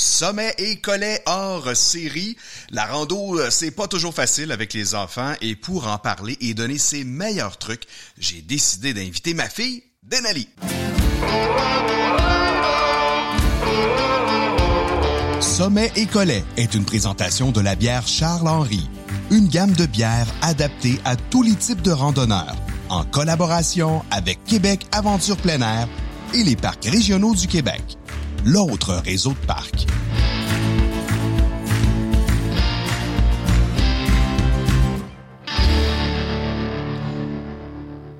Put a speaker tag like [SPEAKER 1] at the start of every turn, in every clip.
[SPEAKER 1] Sommet et Collet hors série. La rando, euh, c'est pas toujours facile avec les enfants et pour en parler et donner ses meilleurs trucs, j'ai décidé d'inviter ma fille, Denali. Sommet et Collet est une présentation de la bière Charles-Henri, une gamme de bières adaptée à tous les types de randonneurs, en collaboration avec Québec Aventure Plein Air et les parcs régionaux du Québec, l'autre réseau de parcs.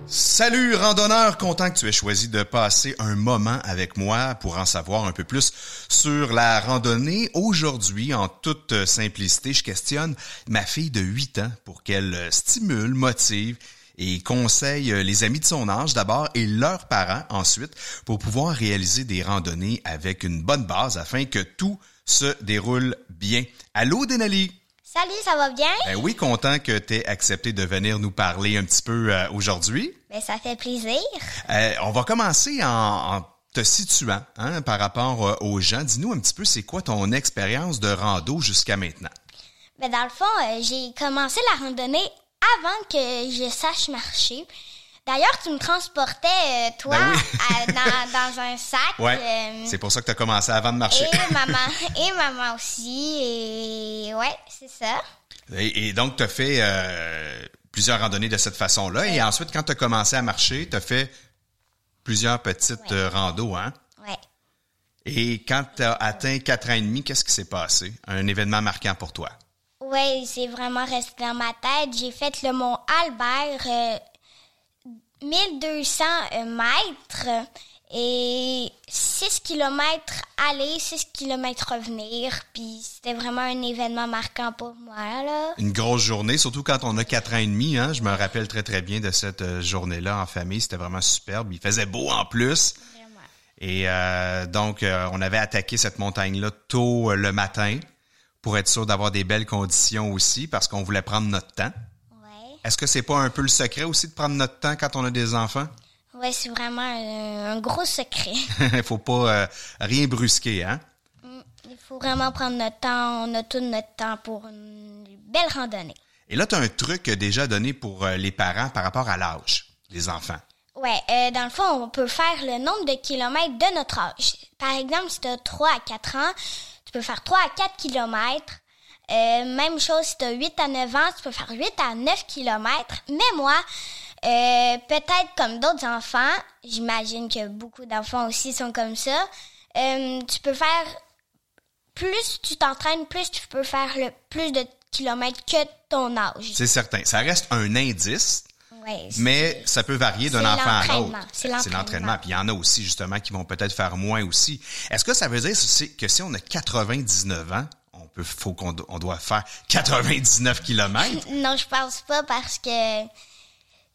[SPEAKER 1] Salut randonneur, content que tu aies choisi de passer un moment avec moi pour en savoir un peu plus sur la randonnée. Aujourd'hui, en toute euh, simplicité, je questionne ma fille de 8 ans pour qu'elle euh, stimule, motive et conseille euh, les amis de son âge d'abord et leurs parents ensuite pour pouvoir réaliser des randonnées avec une bonne base afin que tout se déroule bien. Allô Denali?
[SPEAKER 2] Salut, ça va bien?
[SPEAKER 1] Ben oui, content que tu aies accepté de venir nous parler un petit peu euh, aujourd'hui.
[SPEAKER 2] Ben, ça fait plaisir.
[SPEAKER 1] Euh, on va commencer en, en te situant hein, par rapport euh, aux gens. Dis-nous un petit peu, c'est quoi ton expérience de rando jusqu'à maintenant?
[SPEAKER 2] Ben, dans le fond, euh, j'ai commencé la randonnée avant que je sache marcher. D'ailleurs, tu me transportais, euh, toi,
[SPEAKER 1] Ben oui.
[SPEAKER 2] à- dans, dans un sac.
[SPEAKER 1] Ouais,
[SPEAKER 2] euh,
[SPEAKER 1] c'est pour ça que tu as commencé avant de marcher.
[SPEAKER 2] et maman, et maman aussi, et ouais, c'est ça.
[SPEAKER 1] Et, et donc, tu as fait euh, plusieurs randonnées de cette façon-là. Et ensuite, quand tu as commencé à marcher, tu as fait plusieurs petites euh, randos. Hein?
[SPEAKER 2] Ouais.
[SPEAKER 1] Et quand tu as atteint quatre ans et demi, qu'est-ce qui s'est passé? Un événement marquant pour toi?
[SPEAKER 2] Ouais, c'est vraiment resté dans ma tête. J'ai fait le mont Albert, euh, 1200 euh, mètres et 6 km aller, 6 km revenir. Puis c'était vraiment un événement marquant pour moi, là.
[SPEAKER 1] Une grosse journée, surtout quand on a quatre ans et demi. Hein? Je me rappelle très, très bien de cette euh, journée-là en famille. C'était vraiment superbe. Il faisait beau en plus. Et euh, donc, euh, on avait attaqué cette montagne-là tôt euh, le matin pour être sûr d'avoir des belles conditions aussi parce qu'on voulait prendre notre temps.
[SPEAKER 2] Ouais.
[SPEAKER 1] Est-ce que c'est pas un peu le secret aussi de prendre notre temps quand on a des enfants?
[SPEAKER 2] Ouais, c'est vraiment un, un gros secret.
[SPEAKER 1] Il faut pas euh, rien brusquer, hein?
[SPEAKER 2] Il faut vraiment prendre notre temps. On a tout notre temps pour une belle randonnée.
[SPEAKER 1] Et là, tu as un truc euh, déjà donné pour euh, les parents par rapport à l'âge des enfants.
[SPEAKER 2] Ouais, euh, dans le fond, on peut faire le nombre de kilomètres de notre âge. Par exemple, si tu as 3 à 4 ans, tu peux faire 3 à 4 kilomètres. Euh, même chose si tu as 8 à 9 ans, tu peux faire 8 à 9 kilomètres. Mais moi, euh, peut-être comme d'autres enfants, j'imagine que beaucoup d'enfants aussi sont comme ça, euh, tu peux faire plus tu t'entraînes, plus tu peux faire le plus de kilomètres que ton âge.
[SPEAKER 1] C'est certain. Ça reste un indice,
[SPEAKER 2] Ouais, c'est-
[SPEAKER 1] mais ça peut varier d'un
[SPEAKER 2] c'est
[SPEAKER 1] enfant à
[SPEAKER 2] l'entraînement.
[SPEAKER 1] l'autre.
[SPEAKER 2] C'est l'entraînement.
[SPEAKER 1] Puis il y en a aussi, justement, qui vont peut-être faire moins aussi. Est-ce que ça veut dire c'est- que si on a 99 ans, on peut, faut qu'on do- on doit faire 99 kilomètres?
[SPEAKER 2] Non, je pense pas parce que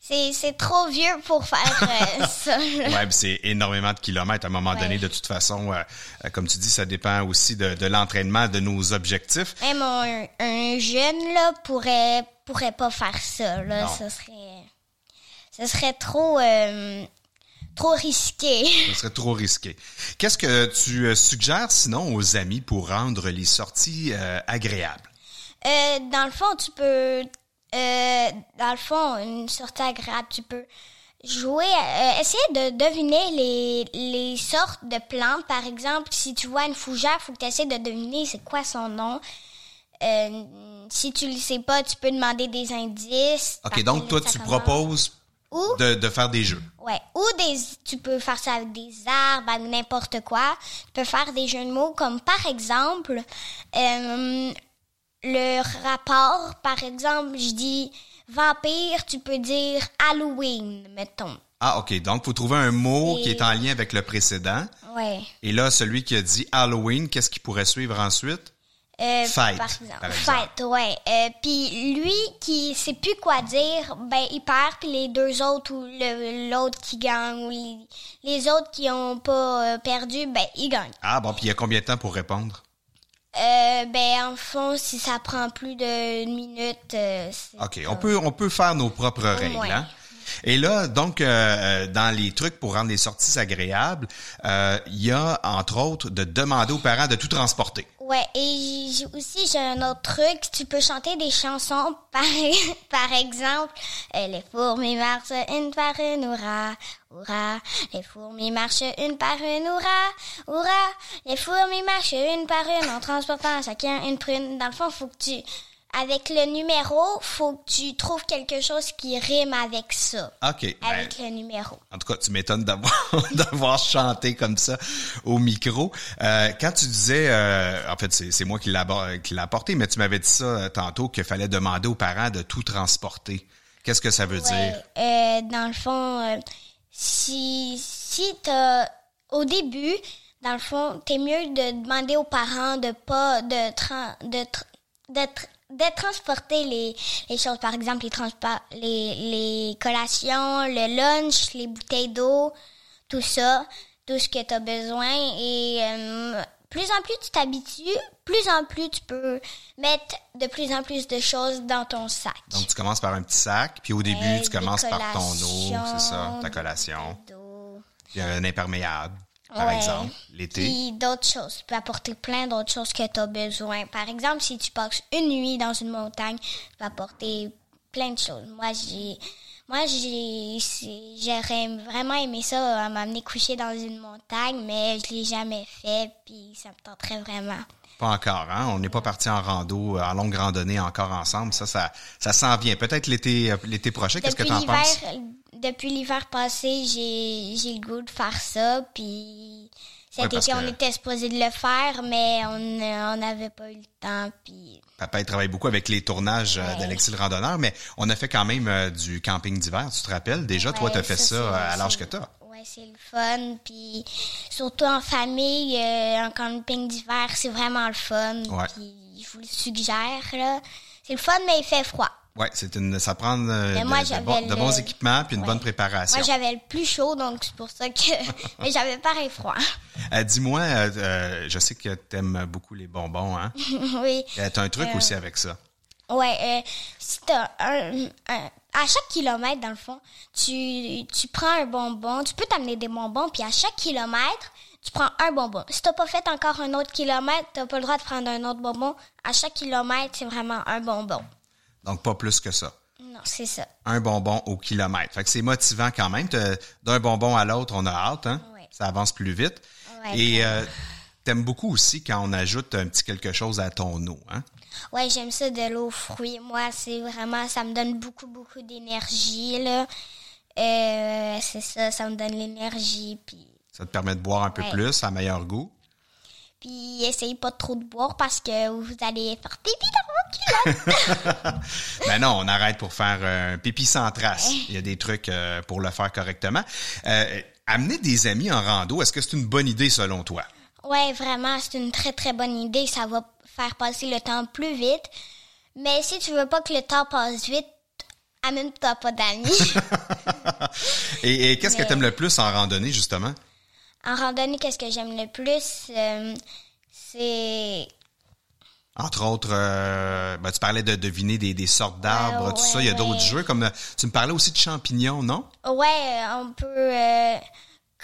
[SPEAKER 2] c'est c'est trop vieux pour faire euh, ça. là.
[SPEAKER 1] Ouais, puis c'est énormément de kilomètres à un moment donné. De toute façon, euh, euh, comme tu dis, ça dépend aussi de, de l'entraînement, de nos objectifs.
[SPEAKER 2] Même un, un jeune là pourrait pourrait pas faire ça là,
[SPEAKER 1] Non.
[SPEAKER 2] ce serait ce serait trop euh, trop risqué.
[SPEAKER 1] Ce serait trop risqué. Qu'est-ce que tu euh, suggères sinon aux amis pour rendre les sorties euh, agréables?
[SPEAKER 2] Euh, dans le fond, tu peux euh, dans le fond une sortie agréable, tu peux jouer à- euh, essayer de deviner les, les sortes de plantes par exemple si tu vois une fougère faut que tu essaies de deviner c'est quoi son nom Euh, si tu le sais pas tu peux demander des indices
[SPEAKER 1] OK, donc toi, tu proposes
[SPEAKER 2] ou
[SPEAKER 1] de, de faire des jeux.
[SPEAKER 2] ouais ou des tu peux faire ça avec des arbres avec n'importe quoi tu peux faire des jeux de mots comme par exemple euh, le rapport par exemple je dis vampire tu peux dire Halloween mettons
[SPEAKER 1] Ah, OK, donc faut trouver un mot
[SPEAKER 2] Et-
[SPEAKER 1] qui est en lien avec le précédent.
[SPEAKER 2] ouais
[SPEAKER 1] Et là, celui qui a dit Halloween, qu'est-ce qui pourrait suivre ensuite?
[SPEAKER 2] Euh,
[SPEAKER 1] Fête,
[SPEAKER 2] Par exemple.
[SPEAKER 1] par exemple.
[SPEAKER 2] Fête, ouais. Euh, puis lui qui sait plus quoi dire, ben il perd, puis les deux autres ou le- l'autre qui gagne ou les, les autres qui ont pas euh, perdu, ben ils gagnent.
[SPEAKER 1] Ah, bon, puis il y a combien de temps pour répondre?
[SPEAKER 2] Euh, ben en fond, si ça prend plus d'une minute, euh, c'est
[SPEAKER 1] OK, on peut, on peut faire nos propres règles.
[SPEAKER 2] Ouais,
[SPEAKER 1] hein? Et là, donc, euh, dans les trucs pour rendre les sorties agréables, euh, il y a, entre autres, de demander aux parents de tout transporter.
[SPEAKER 2] Ouais, et j'ai aussi, j'ai un autre truc. Tu peux chanter des chansons, par, par exemple, euh, Les fourmis marchent une par une, hurrah, hurrah. Les fourmis marchent une par une, hurrah, hurrah. Les fourmis marchent une par une en transportant chacun une prune. Dans le fond, faut que tu, avec le numéro, faut que tu trouves quelque chose qui rime avec ça.
[SPEAKER 1] OK. ben,
[SPEAKER 2] Avec le numéro.
[SPEAKER 1] en tout cas, tu m'étonnes d'avoir d'avoir chanté comme ça au micro. Euh, quand tu disais, euh, en fait, c'est c'est moi qui l'a abor- qui l'a apporté, mais tu m'avais dit ça euh, tantôt qu'il fallait demander aux parents de tout transporter. Qu'est-ce que ça veut
[SPEAKER 2] Ouais,
[SPEAKER 1] dire
[SPEAKER 2] euh, dans le fond, euh, si, si t'as, au début, dans le fond, t'es mieux de demander aux parents de pas, de, tran- de, tr- de, tr- de transporter les, les choses, par exemple, les, transpa- les, les collations, le lunch, les bouteilles d'eau, tout ça, tout ce que t'as besoin. Et euh, plus en plus tu t'habitues, plus en plus tu peux mettre de plus en plus de choses dans ton sac.
[SPEAKER 1] Donc, tu commences par un petit sac, puis au début,
[SPEAKER 2] Hey,
[SPEAKER 1] tu commences
[SPEAKER 2] des
[SPEAKER 1] par ton eau,
[SPEAKER 2] collations,
[SPEAKER 1] c'est ça, ta
[SPEAKER 2] des
[SPEAKER 1] collation.
[SPEAKER 2] d'eau.
[SPEAKER 1] Puis un imperméable, par
[SPEAKER 2] Ouais.
[SPEAKER 1] exemple, l'été.
[SPEAKER 2] Puis d'autres choses. Tu peux apporter plein d'autres choses que tu as besoin. Par exemple, si tu passes une nuit dans une montagne, tu peux apporter plein de choses. Moi, j'ai. Moi, j'ai, c'est- j'aurais vraiment aimé ça, euh, m'amener coucher dans une montagne, mais je l'ai jamais fait, puis ça me tenterait vraiment.
[SPEAKER 1] Pas encore, hein? On n'est pas parti en rando, euh, en longue randonnée encore ensemble. Ça, ça, ça s'en vient. Peut-être l'été, euh, l'été prochain. Qu'est-ce que
[SPEAKER 2] depuis
[SPEAKER 1] t'en
[SPEAKER 2] l'hiver, euh,
[SPEAKER 1] penses?
[SPEAKER 2] depuis l'hiver passé, j'ai, j'ai le goût de faire ça, puis cet
[SPEAKER 1] Ouais, parce
[SPEAKER 2] été, on
[SPEAKER 1] que-
[SPEAKER 2] était supposé de le faire, mais on euh, on n'avait pas eu le temps, puis
[SPEAKER 1] Papa, il travaille beaucoup avec les tournages euh, d'Alexis le randonneur, mais on a fait quand même euh, du camping d'hiver, tu te rappelles? Déjà, toi,
[SPEAKER 2] Ouais,
[SPEAKER 1] t'as fait ça,
[SPEAKER 2] c'est-
[SPEAKER 1] euh, à l'âge que
[SPEAKER 2] c'est-
[SPEAKER 1] t'as.
[SPEAKER 2] Ouais, c'est le fun. Puis surtout en famille, euh, en camping d'hiver, c'est vraiment le fun.
[SPEAKER 1] Ouais.
[SPEAKER 2] Puis je vous le suggère, là. C'est le fun, mais il fait froid.
[SPEAKER 1] Ouais, c'est une, ça prend euh,
[SPEAKER 2] Mais
[SPEAKER 1] de,
[SPEAKER 2] moi,
[SPEAKER 1] de
[SPEAKER 2] j'avais
[SPEAKER 1] bons- de bons
[SPEAKER 2] le-
[SPEAKER 1] équipements puis une
[SPEAKER 2] Ouais.
[SPEAKER 1] bonne préparation.
[SPEAKER 2] Moi, j'avais le plus chaud, donc c'est pour ça que mais j'avais pareil froid.
[SPEAKER 1] Euh, dis-moi, euh, euh, je sais que t'aimes beaucoup les bonbons, hein?
[SPEAKER 2] oui.
[SPEAKER 1] Euh, T'as un truc aussi avec ça.
[SPEAKER 2] Ouais, euh, si t'as un, un- à chaque kilomètre dans le fond, tu, tu prends un bonbon, tu peux t'amener des bonbons, puis à chaque kilomètre, tu prends un bonbon. Si t'as pas fait encore un autre kilomètre, t'as pas le droit de prendre un autre bonbon. À chaque kilomètre, c'est vraiment un bonbon.
[SPEAKER 1] Donc, pas plus que ça.
[SPEAKER 2] Non, c'est ça.
[SPEAKER 1] un bonbon au kilomètre. Fait que c'est motivant quand même. T'as- D'un bonbon à l'autre, on a hâte, hein?
[SPEAKER 2] Ouais.
[SPEAKER 1] Ça avance plus vite.
[SPEAKER 2] Ouais,
[SPEAKER 1] Et euh, t'aimes beaucoup aussi quand on ajoute un petit quelque chose à ton eau, hein?
[SPEAKER 2] Ouais, j'aime ça de l'eau aux fruits. Moi, c'est vraiment, ça me donne beaucoup, beaucoup d'énergie, là. Euh, c'est ça, ça me donne l'énergie, puis...
[SPEAKER 1] Ça te permet de boire un peu
[SPEAKER 2] Ouais.
[SPEAKER 1] plus, à meilleur goût.
[SPEAKER 2] Puis essayez pas trop de boire parce que vous allez faire pipi dans vos culottes.
[SPEAKER 1] Ben non, on arrête pour faire euh, un pipi sans trace. Il y a des trucs euh, pour le faire correctement. Euh, amener des amis en rando, est-ce que c'est une bonne idée selon toi?
[SPEAKER 2] Ouais, vraiment, c'est une très très bonne idée. Ça va faire passer le temps plus vite. Mais si tu veux pas que le temps passe vite, amène-toi pas d'amis.
[SPEAKER 1] Et, et qu'est-ce que
[SPEAKER 2] Mais-
[SPEAKER 1] t'aimes le plus en randonnée, justement?
[SPEAKER 2] en randonnée, qu'est-ce que j'aime le plus Euh, C'est
[SPEAKER 1] Entre autres, euh, ben, tu parlais de deviner des, des sortes d'arbres,
[SPEAKER 2] Ouais,
[SPEAKER 1] tout ça. Il y a
[SPEAKER 2] Ben ouais,
[SPEAKER 1] d'autres
[SPEAKER 2] ouais.
[SPEAKER 1] jeux, comme euh, tu me parlais aussi de champignons, non?
[SPEAKER 2] ouais, euh, on peut euh,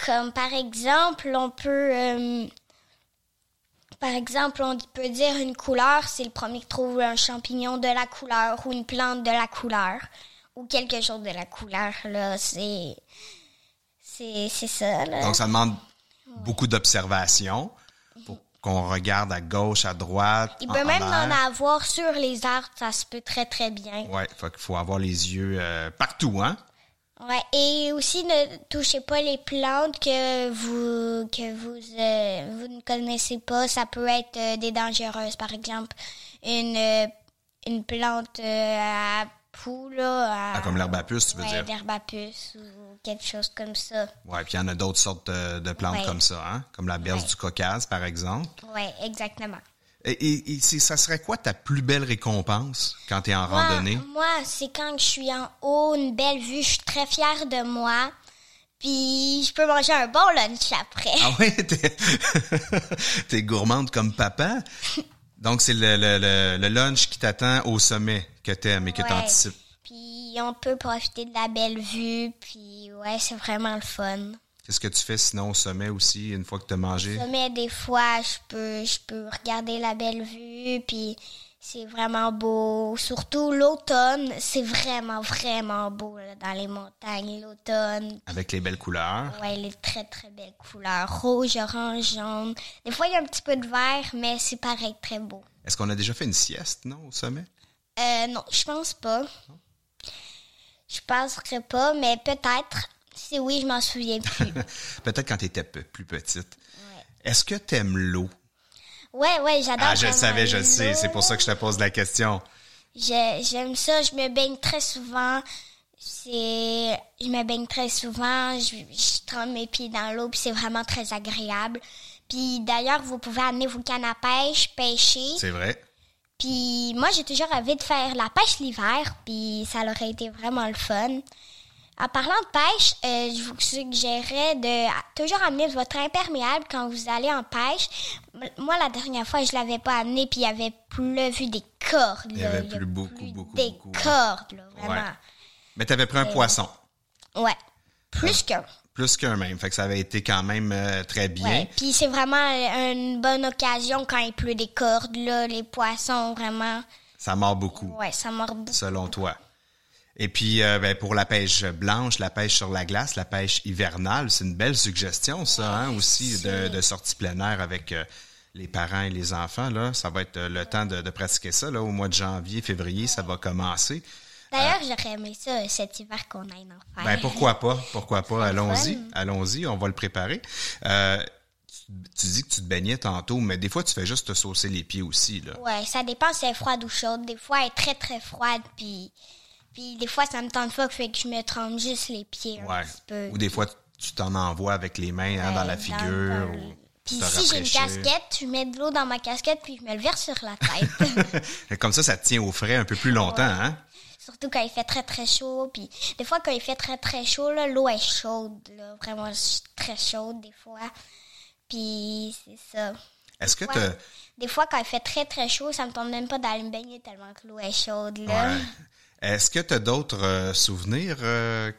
[SPEAKER 2] comme par exemple, on peut euh, par exemple, on peut dire une couleur, c'est le premier qui trouve un champignon de la couleur ou une plante de la couleur ou quelque chose de la couleur là, c'est c'est c'est ça là.
[SPEAKER 1] Donc, ça demande beaucoup d'observation pour qu'on regarde à gauche, à droite.
[SPEAKER 2] Il
[SPEAKER 1] en-
[SPEAKER 2] peut
[SPEAKER 1] en
[SPEAKER 2] même en
[SPEAKER 1] l'air.
[SPEAKER 2] avoir sur les arbres, ça se peut très très bien.
[SPEAKER 1] Ouais, faut qu'il faut avoir les yeux euh, partout, hein?
[SPEAKER 2] Ouais, et aussi ne touchez pas les plantes que vous que vous euh, vous ne connaissez pas, ça peut être euh, des dangereuses par exemple une euh, une plante euh, à poux là, à,
[SPEAKER 1] Ah, comme l'herbe à puce, tu veux
[SPEAKER 2] ouais,
[SPEAKER 1] dire.
[SPEAKER 2] d'herbe à puce ou quelque chose comme ça.
[SPEAKER 1] Ouais, puis il y en a d'autres sortes de, de plantes
[SPEAKER 2] Ouais.
[SPEAKER 1] comme ça, hein? Comme la berce
[SPEAKER 2] Ouais.
[SPEAKER 1] du Caucase, par exemple.
[SPEAKER 2] Ouais, exactement.
[SPEAKER 1] Et, et- et c'est- ça serait quoi ta plus belle récompense quand tu es en
[SPEAKER 2] Moi,
[SPEAKER 1] randonnée?
[SPEAKER 2] Moi, c'est quand je suis en haut, une belle vue, je suis très fière de moi. Puis je peux manger un bon lunch après.
[SPEAKER 1] Ah oui, t'es t'es gourmande comme papa. Donc, c'est le, le- le- le lunch qui t'attend au sommet que t'aimes et que
[SPEAKER 2] Ouais.
[SPEAKER 1] t'anticipes.
[SPEAKER 2] Puis puis on peut profiter de la belle vue, puis ouais, c'est vraiment le fun.
[SPEAKER 1] Qu'est-ce que tu fais sinon au sommet aussi, une fois que tu as mangé?
[SPEAKER 2] Au sommet, des fois, je peux, je peux regarder la belle vue, puis c'est vraiment beau. Surtout l'automne, c'est vraiment, vraiment beau là, dans les montagnes, l'automne.
[SPEAKER 1] Avec les belles couleurs.
[SPEAKER 2] Ouais, les très, très belles couleurs. Rouge, orange, jaune. Des fois, il y a un petit peu de vert, mais c'est pareil, très beau.
[SPEAKER 1] Est-ce qu'on a déjà fait une sieste, non, au sommet?
[SPEAKER 2] Euh, non, je pense pas. Je penserais pas, mais peut-être. Si oui, je m'en souviens plus.
[SPEAKER 1] Peut-être quand tu étais pe- plus petite. Est-ce que tu aimes l'eau?
[SPEAKER 2] Ouais, ouais, j'adore.
[SPEAKER 1] Ah, je le
[SPEAKER 2] faire
[SPEAKER 1] savais,
[SPEAKER 2] dans
[SPEAKER 1] je le sais. C'est pour
[SPEAKER 2] l'eau.
[SPEAKER 1] ça que je te pose la question.
[SPEAKER 2] Je- J'aime ça, je me baigne très souvent. C'est, je me baigne très souvent, je, je trempe mes pieds dans l'eau, puis c'est vraiment très agréable. Puis d'ailleurs, vous pouvez amener vos cannes à pêche, pêcher.
[SPEAKER 1] C'est vrai.
[SPEAKER 2] Puis moi, j'ai toujours rêvé de faire la pêche l'hiver, puis ça aurait été vraiment le fun. En parlant de pêche, euh, je vous suggérerais de à- toujours amener votre imperméable quand vous allez en pêche. M- Moi, la dernière fois, je l'avais pas amené, puis il y avait plus des cordes.
[SPEAKER 1] Il y
[SPEAKER 2] là.
[SPEAKER 1] avait
[SPEAKER 2] y a
[SPEAKER 1] plus beaucoup, beaucoup,
[SPEAKER 2] Des
[SPEAKER 1] beaucoup, ouais.
[SPEAKER 2] cordes, là, vraiment.
[SPEAKER 1] Ouais. Mais tu avais pris un poisson,
[SPEAKER 2] Ouais. Plus
[SPEAKER 1] Ah,
[SPEAKER 2] qu'un.
[SPEAKER 1] plus qu'un même. Fait que ça avait été quand même euh, très bien.
[SPEAKER 2] Ouais. Puis c'est vraiment une bonne occasion quand il pleut des cordes, là, les poissons, vraiment.
[SPEAKER 1] Ça mord beaucoup,
[SPEAKER 2] Ouais, ça mord beaucoup.
[SPEAKER 1] selon toi. Et puis, euh, ben, pour la pêche blanche, la pêche sur la glace, la pêche hivernale, c'est une belle suggestion, ça, hein, aussi, de, de sortie plein air avec euh, les parents et les enfants. Là. Ça va être euh, le temps de, de pratiquer ça. Là, au mois de janvier, février, ça va commencer.
[SPEAKER 2] D'ailleurs, j'aurais aimé ça cet hiver qu'on aille en faire.
[SPEAKER 1] Ben pourquoi pas, pourquoi pas, allons-y,
[SPEAKER 2] fun.
[SPEAKER 1] allons-y, on va le préparer. Euh, tu, tu dis que tu te baignais tantôt, mais des fois tu fais juste te saucer les pieds aussi là.
[SPEAKER 2] Ouais, ça dépend si elle est froide ou chaude. Des fois, elle est très très froide, puis puis des fois, ça me tente pas, fait que je me trempe juste les pieds un petit peu.
[SPEAKER 1] Ouais. Ou des fois tu- tu t'en envoies avec les mains hein, dans la
[SPEAKER 2] Ouais,
[SPEAKER 1] figure.
[SPEAKER 2] dans-
[SPEAKER 1] ou
[SPEAKER 2] Puis
[SPEAKER 1] te
[SPEAKER 2] si j'ai une
[SPEAKER 1] rafraîchir.
[SPEAKER 2] casquette, je mets de l'eau dans ma casquette, puis je me le verse sur la tête.
[SPEAKER 1] Comme ça, ça te tient au frais un peu plus longtemps, hein?
[SPEAKER 2] Surtout quand il fait très très chaud, puis des fois, quand il fait très très chaud, là, l'eau est chaude, là, vraiment ch- très chaude des fois. Puis c'est ça.
[SPEAKER 1] Est-ce que
[SPEAKER 2] Ouais.
[SPEAKER 1] tu
[SPEAKER 2] Des fois, quand il fait très très chaud, ça me tombe même pas d'aller me baigner tellement que l'eau est chaude, là.
[SPEAKER 1] Ouais. Est-ce que tu as d'autres euh, souvenirs euh,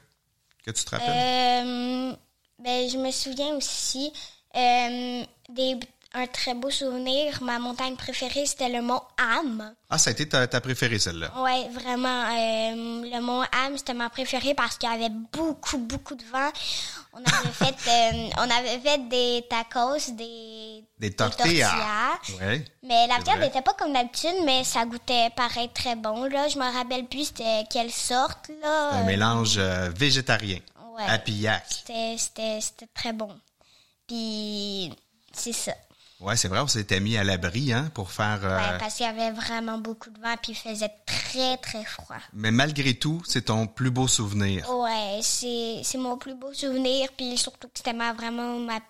[SPEAKER 1] que tu te rappelles?
[SPEAKER 2] Euh, ben, je me souviens aussi euh, des, un très beau souvenir. Ma montagne préférée, c'était le mont Ham.
[SPEAKER 1] Ah, ça a été ta, ta préférée celle-là.
[SPEAKER 2] Ouais, vraiment. euh, le mont Ham, c'était ma préférée parce qu'il y avait beaucoup, beaucoup de vent. On avait fait, euh, on avait fait des tacos, des,
[SPEAKER 1] Des tortillas.
[SPEAKER 2] tortillas.
[SPEAKER 1] Ouais.
[SPEAKER 2] Mais la
[SPEAKER 1] C'est
[SPEAKER 2] viande
[SPEAKER 1] vrai.
[SPEAKER 2] n'était pas comme d'habitude, mais ça goûtait pareil très bon. Là, je me rappelle plus c'était quelle sorte là.
[SPEAKER 1] Un
[SPEAKER 2] Euh,
[SPEAKER 1] mélange euh, végétarien.
[SPEAKER 2] Ouais.
[SPEAKER 1] à pillac.
[SPEAKER 2] C'était- C'était c'était très bon. Puis, c'est ça.
[SPEAKER 1] Ouais, c'est vrai, on s'était mis à l'abri hein, pour faire. euh,
[SPEAKER 2] Ouais, parce qu'il y avait vraiment beaucoup de vent, puis il faisait très, très froid.
[SPEAKER 1] Mais malgré tout, c'est ton plus beau
[SPEAKER 2] Oh.
[SPEAKER 1] souvenir.
[SPEAKER 2] Ouais, c'est c'est mon plus beau souvenir, puis surtout que c'était ma- vraiment ma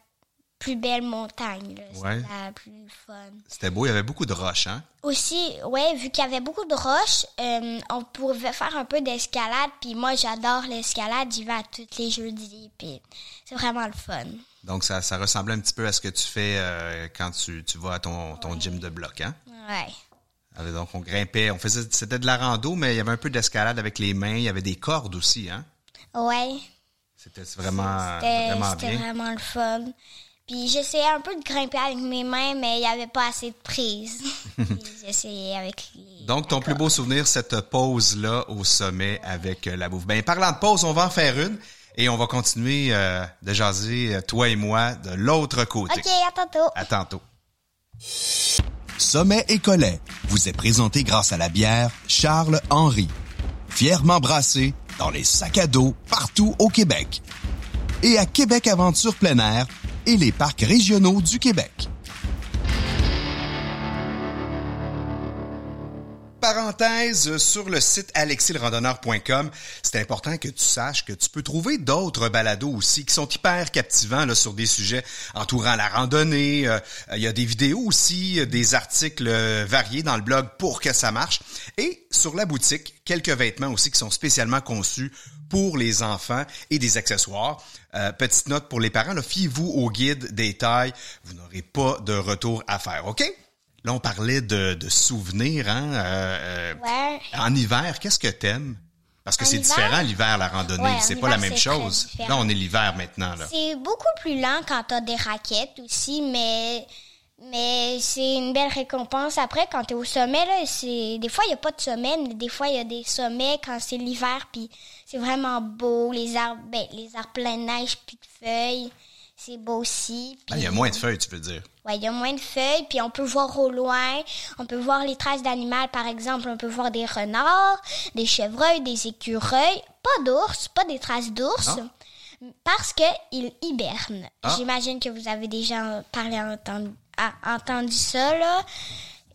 [SPEAKER 2] plus belle montagne. là. C'était
[SPEAKER 1] Ouais.
[SPEAKER 2] la plus fun.
[SPEAKER 1] C'était beau, il y avait beaucoup de roches, hein?
[SPEAKER 2] Aussi, ouais, vu qu'il y avait beaucoup de roches, euh, on pouvait faire un peu d'escalade, puis moi, j'adore l'escalade. J'y vais à tous les jeudis, puis c'est vraiment le fun.
[SPEAKER 1] Donc, ça, ça ressemblait un petit peu à ce que tu fais euh, quand tu, tu vas à ton, ton gym de bloc, hein?
[SPEAKER 2] Ouais.
[SPEAKER 1] Alors, donc, on grimpait, on faisait, c'était de la rando, mais il y avait un peu d'escalade avec les mains, il y avait des cordes aussi, hein?
[SPEAKER 2] Ouais.
[SPEAKER 1] C'était vraiment,
[SPEAKER 2] C'était
[SPEAKER 1] Ah, vraiment
[SPEAKER 2] c'était
[SPEAKER 1] bien.
[SPEAKER 2] vraiment le fun. Puis j'essayais un peu de grimper avec mes mains, mais il n'y avait pas assez de prise. Puis j'essayais avec les...
[SPEAKER 1] Donc, ton plus beau souvenir, cette pause-là au sommet avec euh, la bouffe. Ben, parlant de pause, on va en faire une et on va continuer euh, de jaser, euh, toi et moi, de l'autre côté.
[SPEAKER 2] OK, à tantôt.
[SPEAKER 1] À tantôt.
[SPEAKER 3] Sommet et Collet vous est présenté grâce à la bière Charles Henry. Fièrement brassée dans les sacs à dos partout au Québec. Et à Québec Aventure plein air et les parcs régionaux du Québec.
[SPEAKER 1] Parenthèse sur le site alexislerandonneur.com, c'est important que tu saches que tu peux trouver d'autres balados aussi qui sont hyper captivants là, sur des sujets entourant la randonnée. Euh, Il y a des vidéos aussi, euh, des articles euh, variés dans le blog pour que ça marche. Et sur la boutique, quelques vêtements aussi qui sont spécialement conçus pour les enfants et des accessoires. Euh, petite note pour les parents, là, fiez-vous au guide des tailles, vous n'aurez pas de retour à faire, OK? Là, on parlait de, de souvenirs, hein? euh, euh,
[SPEAKER 2] Ouais.
[SPEAKER 1] En hiver, qu'est-ce que t'aimes? Parce que
[SPEAKER 2] En
[SPEAKER 1] c'est
[SPEAKER 2] hiver?
[SPEAKER 1] différent l'hiver, la randonnée.
[SPEAKER 2] Ouais, en
[SPEAKER 1] c'est pas la
[SPEAKER 2] hiver,
[SPEAKER 1] même
[SPEAKER 2] c'est très
[SPEAKER 1] chose.
[SPEAKER 2] différent.
[SPEAKER 1] Là, on est l'hiver maintenant. Là.
[SPEAKER 2] C'est beaucoup plus lent quand t'as des raquettes aussi, mais, mais c'est une belle récompense. Après, quand t'es au sommet, là, c'est, des fois, il n'y a pas de sommet, mais des fois, il y a des sommets quand c'est l'hiver, puis c'est vraiment beau. Les arbres, ben, les arbres pleins de neige, puis de feuilles, c'est beau aussi.
[SPEAKER 1] Ah, Il y a
[SPEAKER 2] puis-
[SPEAKER 1] moins de feuilles, tu veux dire.
[SPEAKER 2] Ouais, il y a moins de feuilles, puis on peut voir au loin, on peut voir les traces d'animaux, par exemple, on peut voir des renards, des chevreuils, des écureuils, pas d'ours, pas des traces d'ours, parce que ils hibernent.
[SPEAKER 1] Ah.
[SPEAKER 2] J'imagine que vous avez déjà parlé, entendu, ah, entendu ça, là.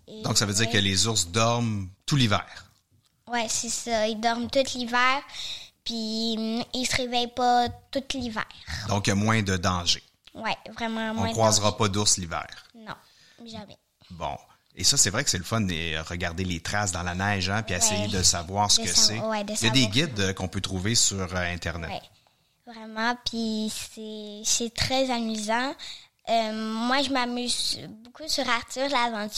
[SPEAKER 2] Et
[SPEAKER 1] Donc, ça veut dire
[SPEAKER 2] ouais.
[SPEAKER 1] que les ours dorment tout l'hiver.
[SPEAKER 2] Ouais, c'est ça, ils dorment tout l'hiver, puis hum, ils se réveillent pas tout l'hiver.
[SPEAKER 1] Donc, il y a moins de danger.
[SPEAKER 2] Ouais, vraiment
[SPEAKER 1] On
[SPEAKER 2] moins de
[SPEAKER 1] croisera pas d'ours l'hiver.
[SPEAKER 2] danger. Non, jamais.
[SPEAKER 1] Bon. Et ça, c'est vrai que c'est le fun de regarder les traces dans la neige, hein, puis essayer de savoir ce
[SPEAKER 2] De
[SPEAKER 1] que
[SPEAKER 2] sa-
[SPEAKER 1] c'est.
[SPEAKER 2] ouais, de
[SPEAKER 1] Il y a des
[SPEAKER 2] savoir.
[SPEAKER 1] guides euh, qu'on peut trouver sur euh, Internet.
[SPEAKER 2] Ouais, vraiment. Puis c'est- c'est très amusant. Euh, moi, je m'amuse beaucoup sur Arthur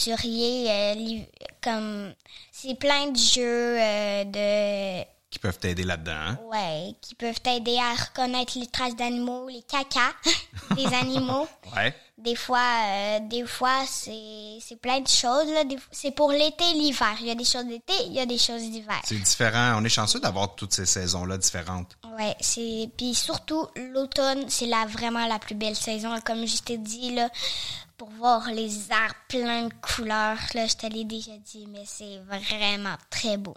[SPEAKER 2] l'aventurier. euh, li- comme c'est plein de jeux euh, de
[SPEAKER 1] Qui peuvent t'aider là-dedans. hein.
[SPEAKER 2] ouais qui peuvent t'aider à reconnaître les traces d'animaux, les cacas des animaux.
[SPEAKER 1] Ouais.
[SPEAKER 2] Des fois, euh, des fois c'est c'est plein de choses. là. Des- C'est pour l'été, l'hiver. Il y a des choses d'été, il y a des choses d'hiver.
[SPEAKER 1] C'est différent. On est chanceux d'avoir toutes ces saisons-là différentes.
[SPEAKER 2] Ouais, c'est puis surtout l'automne, c'est là vraiment la plus belle saison comme je t'ai dit là pour voir les arbres pleins de couleurs là, je te l'ai déjà dit mais c'est vraiment très beau.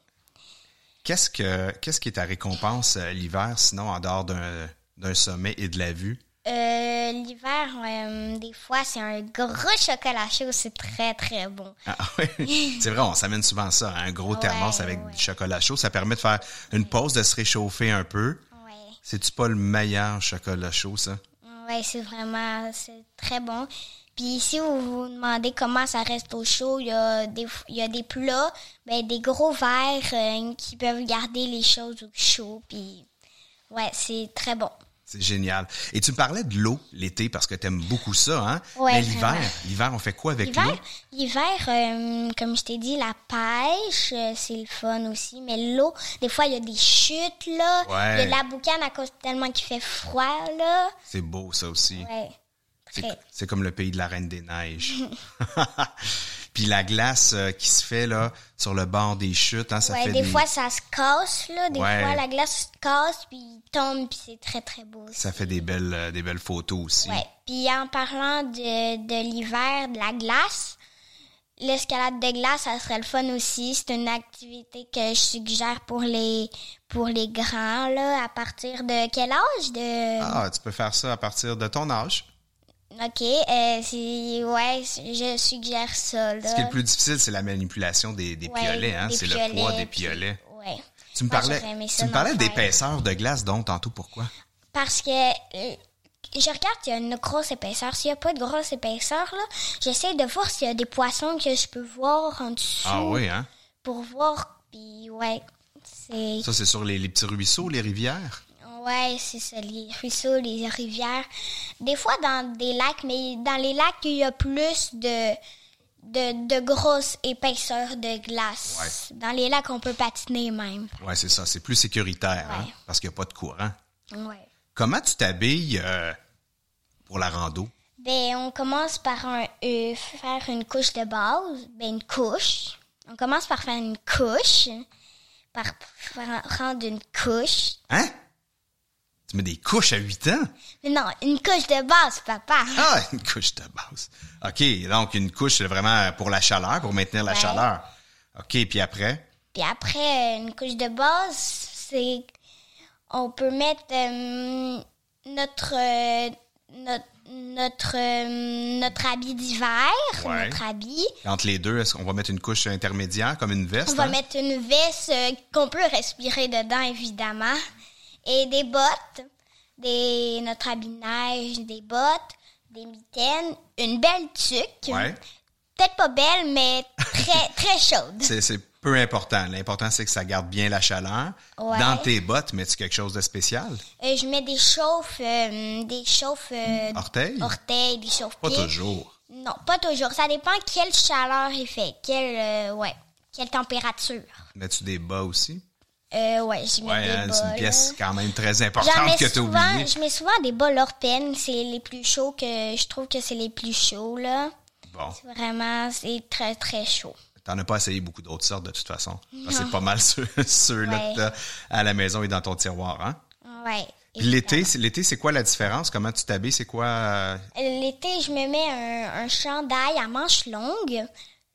[SPEAKER 1] Qu'est-ce que qu'est-ce qui est ta récompense euh, l'hiver, sinon en dehors d'un d'un sommet et de la vue?
[SPEAKER 2] Euh, l'hiver euh, des fois c'est un gros chocolat chaud, c'est très très bon.
[SPEAKER 1] Ah, oui. c'est vrai, on s'amène souvent ça, hein, un gros
[SPEAKER 2] Ouais,
[SPEAKER 1] thermos avec
[SPEAKER 2] ouais.
[SPEAKER 1] du chocolat chaud. Ça permet de faire une pause, de se réchauffer un peu.
[SPEAKER 2] Ouais.
[SPEAKER 1] C'est-tu pas le meilleur chocolat chaud, ça?
[SPEAKER 2] Ouais, c'est vraiment c'est très bon. Puis si vous vous demandez comment ça reste au chaud, il y a des f- il y a des plats, ben des gros verres euh, qui peuvent garder les choses au chaud puis ouais, c'est très bon.
[SPEAKER 1] C'est génial. Et tu me parlais de l'eau l'été parce que tu aimes beaucoup ça, hein?
[SPEAKER 2] Ouais,
[SPEAKER 1] Mais l'hiver,
[SPEAKER 2] vraiment.
[SPEAKER 1] l'hiver, on fait quoi avec l'eau?
[SPEAKER 2] L'hiver, l'hiver euh, comme je t'ai dit, la pêche, euh, c'est le fun aussi, mais l'eau, des fois il y a des chutes là,
[SPEAKER 1] Ouais.
[SPEAKER 2] il y a de la boucane à cause tellement qu'il fait froid là.
[SPEAKER 1] C'est beau, ça aussi.
[SPEAKER 2] Ouais.
[SPEAKER 1] C'est-
[SPEAKER 2] Très.
[SPEAKER 1] C'est comme le pays de la Reine des Neiges. Puis la glace euh, qui se fait là sur le bord des chutes, hein, ça
[SPEAKER 2] ouais,
[SPEAKER 1] fait
[SPEAKER 2] des fois ça se casse là, des
[SPEAKER 1] Ouais.
[SPEAKER 2] fois la glace se casse puis il tombe puis c'est très très beau. aussi.
[SPEAKER 1] ça fait des belles euh, des belles photos aussi.
[SPEAKER 2] Ouais. Puis en parlant de, de l'hiver, de la glace, l'escalade de glace, ça serait le fun aussi. C'est une activité que je suggère pour les pour les grands là. À partir de quel âge de
[SPEAKER 1] Ah, tu peux faire ça à partir de ton âge. Ah.
[SPEAKER 2] Ok, euh, c'est ouais, je suggère ça là.
[SPEAKER 1] Ce qui est le plus difficile, c'est la manipulation des, des
[SPEAKER 2] Euh. Ouais,
[SPEAKER 1] piolets, hein,
[SPEAKER 2] des
[SPEAKER 1] c'est le poids
[SPEAKER 2] piolets,
[SPEAKER 1] des
[SPEAKER 2] puis-
[SPEAKER 1] piolets.
[SPEAKER 2] Ouais.
[SPEAKER 1] Tu me
[SPEAKER 2] Moi,
[SPEAKER 1] parlais,
[SPEAKER 2] j'aurais aimé ça
[SPEAKER 1] tu me
[SPEAKER 2] d'en
[SPEAKER 1] parlais
[SPEAKER 2] faire.
[SPEAKER 1] d'épaisseur de glace donc tantôt pourquoi
[SPEAKER 2] Parce que euh, je regarde s'il y a une grosse épaisseur. S'il n'y a pas de grosse épaisseur, là, j'essaie de voir s'il y a des poissons que je peux voir en dessous
[SPEAKER 1] Ah oui hein.
[SPEAKER 2] pour voir. Puis ouais, c'est
[SPEAKER 1] Ça c'est sur les, les petits ruisseaux, les rivières.
[SPEAKER 2] ouais, c'est ça, les ruisseaux, les rivières. Des fois dans des lacs, mais dans les lacs, il y a plus de de, de grosses épaisseurs de glace. Dans les lacs, on peut patiner même.
[SPEAKER 1] Ouais, c'est ça, c'est plus sécuritaire hein,
[SPEAKER 2] Ouais.
[SPEAKER 1] parce qu'il n'y a pas de courant.
[SPEAKER 2] Ouais.
[SPEAKER 1] Comment tu t'habilles euh, pour la rando
[SPEAKER 2] Ben, on commence par un euh, faire une couche de base. Ben, une couche. On commence par faire une couche. Par pr- prendre une couche.
[SPEAKER 1] Hein? Tu mets des couches à 8 ans?
[SPEAKER 2] Mais non, une couche de base, papa.
[SPEAKER 1] Ah, une couche de base. OK, donc une couche c'est vraiment pour la chaleur, pour maintenir la
[SPEAKER 2] Ouais.
[SPEAKER 1] chaleur. OK, puis après?
[SPEAKER 2] Puis après, euh, une couche de base, c'est. On peut mettre euh, notre. euh, notre notre, euh, notre habit d'hiver,
[SPEAKER 1] Ouais.
[SPEAKER 2] notre habit.
[SPEAKER 1] Entre les deux, est-ce qu'on va mettre une couche intermédiaire comme une veste?
[SPEAKER 2] On va
[SPEAKER 1] hein?
[SPEAKER 2] mettre une veste euh, qu'on peut respirer dedans, évidemment. Et des bottes, des, notre habit de neige, des bottes, des mitaines, une belle tuque.
[SPEAKER 1] Ouais.
[SPEAKER 2] Peut-être pas belle, mais très, très chaude.
[SPEAKER 1] C'est, c'est peu important. L'important, c'est que ça garde bien la chaleur.
[SPEAKER 2] Ouais.
[SPEAKER 1] Dans tes bottes, mets-tu quelque chose de spécial?
[SPEAKER 2] Euh, je mets des chauffes, euh, des chauffes... euh,
[SPEAKER 1] Mmh, Orteils?
[SPEAKER 2] orteils, des chauffes
[SPEAKER 1] Pas toujours.
[SPEAKER 2] Non, pas toujours. Ça dépend quelle chaleur il fait, quelle, euh, ouais, quelle température.
[SPEAKER 1] Mets-tu des bas aussi?
[SPEAKER 2] Euh, ouais, j'y mets
[SPEAKER 1] Ouais,
[SPEAKER 2] des
[SPEAKER 1] hein,
[SPEAKER 2] bas.
[SPEAKER 1] c'est une pièce
[SPEAKER 2] là.
[SPEAKER 1] quand même très
[SPEAKER 2] J'en
[SPEAKER 1] importante
[SPEAKER 2] mets
[SPEAKER 1] que t'as
[SPEAKER 2] souvent-
[SPEAKER 1] oubliée.
[SPEAKER 2] Je mets souvent des bas l'orpen. C'est les plus chauds que je trouve que c'est les plus chauds, là.
[SPEAKER 1] Bon,
[SPEAKER 2] Vraiment, c'est très, très chaud.
[SPEAKER 1] t'en as pas essayé beaucoup d'autres sortes de toute façon. Parce que C'est pas mal ceux- ceux-là
[SPEAKER 2] Ouais.
[SPEAKER 1] que t'as à la maison et dans ton tiroir, hein?
[SPEAKER 2] Ouais.
[SPEAKER 1] Puis l'été, c'est- l'été, c'est quoi la différence? Comment tu t'habilles? C'est quoi... euh,
[SPEAKER 2] L'été, je me mets un, un chandail à manches longues.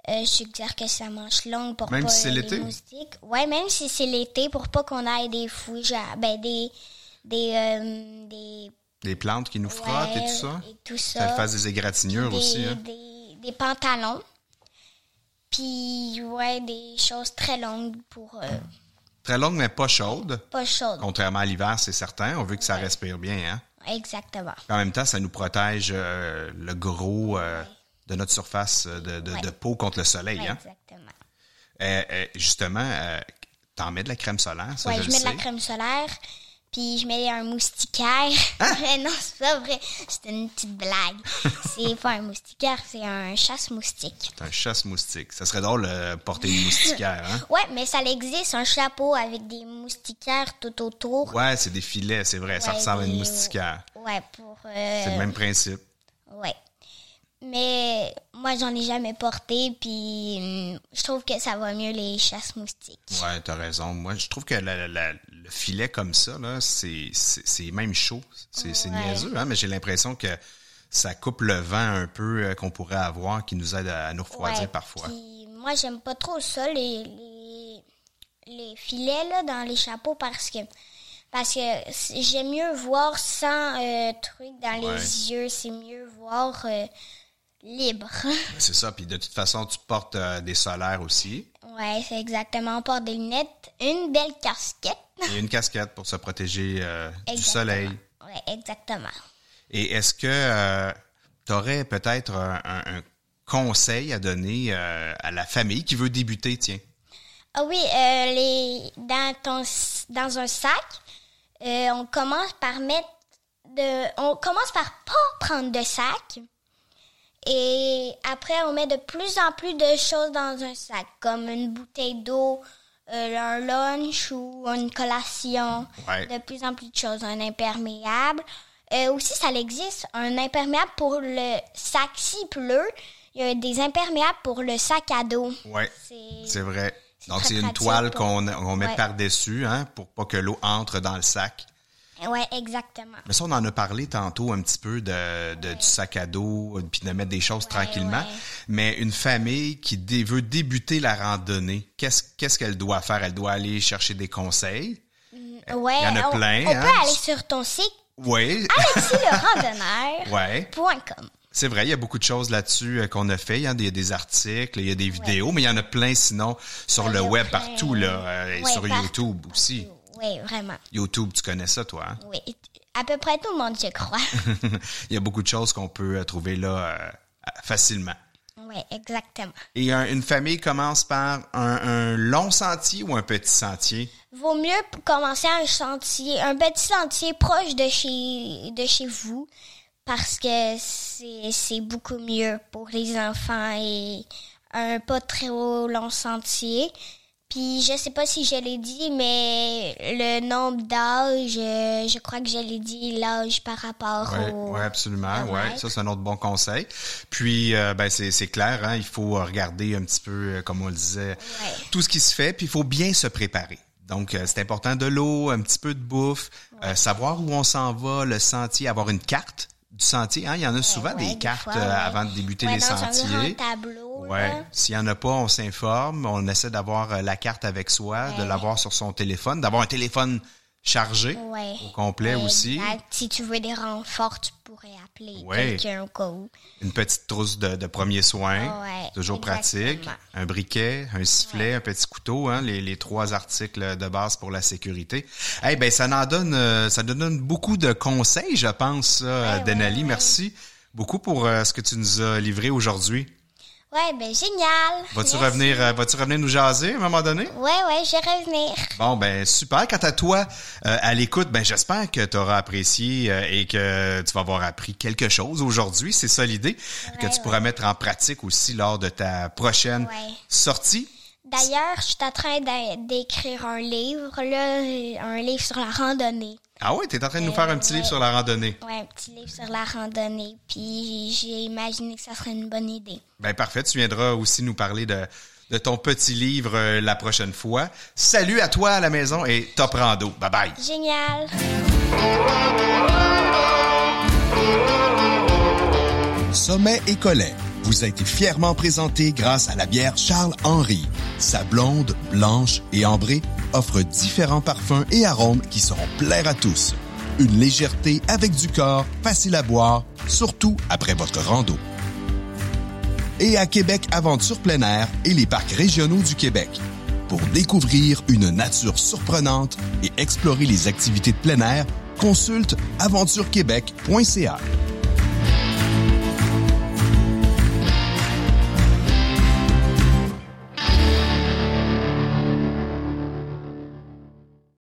[SPEAKER 2] Euh, je suggère que c'est à manches longues pour
[SPEAKER 1] Même
[SPEAKER 2] pas
[SPEAKER 1] si c'est
[SPEAKER 2] euh, les
[SPEAKER 1] l'été?
[SPEAKER 2] moustiques. Ouais, même si c'est l'été, pour pas qu'on aille des fouilles, genre, ben des des euh, des
[SPEAKER 1] Des plantes qui nous frottent et tout ça?
[SPEAKER 2] et tout ça.
[SPEAKER 1] Ça te fasse des égratignures
[SPEAKER 2] des,
[SPEAKER 1] aussi, hein?
[SPEAKER 2] des- des pantalons. Puis ouais, des choses très longues pour euh,
[SPEAKER 1] Très longues, mais pas chaudes.
[SPEAKER 2] pas chaudes.
[SPEAKER 1] Contrairement à l'hiver, c'est certain. On veut que ça respire bien, hein?
[SPEAKER 2] Exactement.
[SPEAKER 1] En même temps, ça nous protège euh, le gros euh, de notre surface euh, de, de-
[SPEAKER 2] Ouais.
[SPEAKER 1] de peau contre le soleil.
[SPEAKER 2] Ouais,
[SPEAKER 1] hein?
[SPEAKER 2] Exactement.
[SPEAKER 1] Euh, euh, justement, euh, t'en mets de la crème solaire, ça
[SPEAKER 2] Ouais,
[SPEAKER 1] je,
[SPEAKER 2] je
[SPEAKER 1] le
[SPEAKER 2] mets de la
[SPEAKER 1] sais.
[SPEAKER 2] crème solaire, puis je mets un moustiquaire.
[SPEAKER 1] Ah!
[SPEAKER 2] Mais non, c'est pas vrai. C'est une petite blague. c'est pas un moustiquaire, c'est un chasse-moustique.
[SPEAKER 1] C'est un chasse-moustique. Ça serait drôle de porter une moustiquaire, hein?
[SPEAKER 2] Ouais, mais ça existe, un chapeau avec des moustiquaires tout autour.
[SPEAKER 1] Ouais, c'est des filets, c'est vrai. ça
[SPEAKER 2] Ouais,
[SPEAKER 1] ressemble à une
[SPEAKER 2] des-
[SPEAKER 1] moustiquaire.
[SPEAKER 2] Ouais, pour. euh,
[SPEAKER 1] C'est le même principe.
[SPEAKER 2] Ouais. Mais moi, j'en ai jamais porté, puis hum, je trouve que ça va mieux les chasse-moustiques.
[SPEAKER 1] Ouais, t'as raison. Moi, je trouve que la- la- la- le filet comme ça, là, c'est, c'est, c'est même chaud. C'est, c'est
[SPEAKER 2] Ouais.
[SPEAKER 1] niaiseux, hein? Mais j'ai l'impression que ça coupe le vent un peu euh, qu'on pourrait avoir qui nous aide à, à nous refroidir
[SPEAKER 2] Ouais,
[SPEAKER 1] parfois.
[SPEAKER 2] puis moi, j'aime pas trop ça, les, les, les filets là, dans les chapeaux, parce que, parce que c'est- j'aime mieux voir sans euh, truc dans
[SPEAKER 1] Ouais.
[SPEAKER 2] les yeux. C'est mieux voir euh, libre.
[SPEAKER 1] Ben, C'est ça. Puis de toute façon, tu portes euh, des solaires aussi
[SPEAKER 2] ouais, c'est exactement. On porte des lunettes, une belle casquette.
[SPEAKER 1] et une casquette pour se protéger euh, du
[SPEAKER 2] Exactement.
[SPEAKER 1] soleil.
[SPEAKER 2] Ouais, exactement.
[SPEAKER 1] Et est-ce que tu aurais peut-être un, un- un conseil à donner euh, à la famille qui veut débuter, tiens?
[SPEAKER 2] Ah oui, euh, les, dans, ton, s- dans un sac, euh, on commence par mettre de, on commence par pas prendre de sac. Et après, on met de plus en plus de choses dans un sac, comme une bouteille d'eau, euh, un lunch ou une collation.
[SPEAKER 1] Ouais.
[SPEAKER 2] De plus en plus de choses, un imperméable. Euh, aussi, ça existe, un imperméable pour le sac s'il pleut. Il y a des imperméables pour le sac à dos.
[SPEAKER 1] Oui,
[SPEAKER 2] C'est-
[SPEAKER 1] c'est vrai.
[SPEAKER 2] c'est
[SPEAKER 1] Donc,
[SPEAKER 2] très
[SPEAKER 1] c'est une
[SPEAKER 2] pratique
[SPEAKER 1] toile
[SPEAKER 2] pour-
[SPEAKER 1] qu'on on met
[SPEAKER 2] Ouais.
[SPEAKER 1] par-dessus hein, pour pas que l'eau entre dans le sac.
[SPEAKER 2] Ouais, exactement.
[SPEAKER 1] Mais ça, on en a parlé tantôt un petit peu de, de- du sac à dos, euh, puis de mettre des choses tranquillement.
[SPEAKER 2] ouais.
[SPEAKER 1] Mais une famille qui dé- veut débuter la randonnée, qu'est-ce qu'est-ce qu'elle doit faire? Elle doit aller chercher des conseils.
[SPEAKER 2] Ouais,
[SPEAKER 1] Il y en a
[SPEAKER 2] on,
[SPEAKER 1] plein,
[SPEAKER 2] On
[SPEAKER 1] hein.
[SPEAKER 2] peut aller sur ton site
[SPEAKER 1] Oui,
[SPEAKER 2] Ah! alexislerandonneur.com.
[SPEAKER 1] ouais. C'est vrai, il y a beaucoup de choses là-dessus euh, qu'on a fait. Il y a des, des articles, il y a des vidéos, mais il y en a plein sinon sur
[SPEAKER 2] Il y
[SPEAKER 1] le
[SPEAKER 2] en a
[SPEAKER 1] web
[SPEAKER 2] plein.
[SPEAKER 1] partout, là, euh, et
[SPEAKER 2] Ouais,
[SPEAKER 1] sur
[SPEAKER 2] partout,
[SPEAKER 1] YouTube aussi.
[SPEAKER 2] Oui, vraiment.
[SPEAKER 1] YouTube, tu connais ça, toi? hein?
[SPEAKER 2] Oui. À peu près tout le monde, je crois.
[SPEAKER 1] il y a beaucoup de choses qu'on peut euh, trouver là euh, facilement.
[SPEAKER 2] oui, exactement.
[SPEAKER 1] Et un- une famille commence par un, un long sentier ou un petit sentier?
[SPEAKER 2] Vaut mieux p- commencer un sentier, un petit sentier proche de chez, de chez vous parce que c'est c'est beaucoup mieux pour les enfants et un pas très haut, long sentier. Puis je sais pas si je l'ai dit, mais le nombre d'âges, euh, je crois que je l'ai dit, l'âge par rapport
[SPEAKER 1] Oui,
[SPEAKER 2] au...
[SPEAKER 1] ouais, absolument.
[SPEAKER 2] au
[SPEAKER 1] Ouais.
[SPEAKER 2] maître.
[SPEAKER 1] Ça, c'est un autre bon conseil. Puis, euh, ben, c'est c'est clair, hein, il faut euh, regarder un petit peu, euh, comme on le disait, tout ce qui se fait, puis il faut bien se préparer. Donc, euh, c'est important de l'eau, un petit peu de bouffe, euh, savoir où on s'en va, le sentier, avoir une carte du sentier. Hein? Il y en a souvent
[SPEAKER 2] ouais,
[SPEAKER 1] des
[SPEAKER 2] des
[SPEAKER 1] cartes
[SPEAKER 2] fois,
[SPEAKER 1] euh,
[SPEAKER 2] ouais.
[SPEAKER 1] avant de débuter
[SPEAKER 2] Ouais,
[SPEAKER 1] les
[SPEAKER 2] dans un
[SPEAKER 1] sentiers.
[SPEAKER 2] grand tableau,
[SPEAKER 1] Ouais.
[SPEAKER 2] là.
[SPEAKER 1] S'il y en a pas, on s'informe, on essaie d'avoir euh, la carte avec soi, de l'avoir sur son téléphone, d'avoir un téléphone chargé
[SPEAKER 2] Ouais.
[SPEAKER 1] au complet
[SPEAKER 2] Exact.
[SPEAKER 1] aussi.
[SPEAKER 2] Si tu veux des renforts, tu pourrais appeler
[SPEAKER 1] Ouais.
[SPEAKER 2] quelqu'un au cas où.
[SPEAKER 1] Une petite trousse de, de premiers soins,
[SPEAKER 2] Ah Ouais,
[SPEAKER 1] toujours pratique.
[SPEAKER 2] exactement.
[SPEAKER 1] Un briquet, un sifflet, un petit couteau, hein, les, les trois articles de base pour la sécurité. Eh ben, ça en donne, euh, ça nous donne beaucoup de conseils, je pense, ça, Denali. Merci beaucoup pour euh, ce que tu nous as livré aujourd'hui.
[SPEAKER 2] Ouais, ben génial.
[SPEAKER 1] Vas-tu
[SPEAKER 2] Merci.
[SPEAKER 1] revenir, euh, vas-tu revenir nous jaser à un moment donné?
[SPEAKER 2] Ouais, ouais, je vais revenir.
[SPEAKER 1] Bon, ben super. Quant à toi, euh, à l'écoute, ben j'espère que tu auras apprécié euh, et que tu vas avoir appris quelque chose aujourd'hui. C'est ça l'idée que tu pourras mettre en pratique aussi lors de ta prochaine
[SPEAKER 2] Ouais.
[SPEAKER 1] sortie.
[SPEAKER 2] D'ailleurs, je suis en train d'a- d'écrire un livre, là, un livre sur la randonnée.
[SPEAKER 4] Ah ouais, t'es en train de nous faire un petit livre sur la randonnée.
[SPEAKER 2] Ouais, un petit livre sur la randonnée. Puis j'ai imaginé que ça serait une bonne idée.
[SPEAKER 4] Ben parfait, tu viendras aussi nous parler de, de ton petit livre euh, la prochaine fois. Salut à toi à la maison et top rando. Bye bye.
[SPEAKER 2] Génial!
[SPEAKER 1] Sommet et Collet vous a été fièrement présenté grâce à la bière Charles Henry. Sa blonde, blanche et ambrée offre différents parfums et arômes qui sauront plaire à tous. Une légèreté avec du corps, facile à boire, surtout après votre rando. Et à Québec Aventure plein air et les parcs régionaux du Québec pour découvrir une nature surprenante et explorer les activités de plein air, consulte aventurequebec.ca.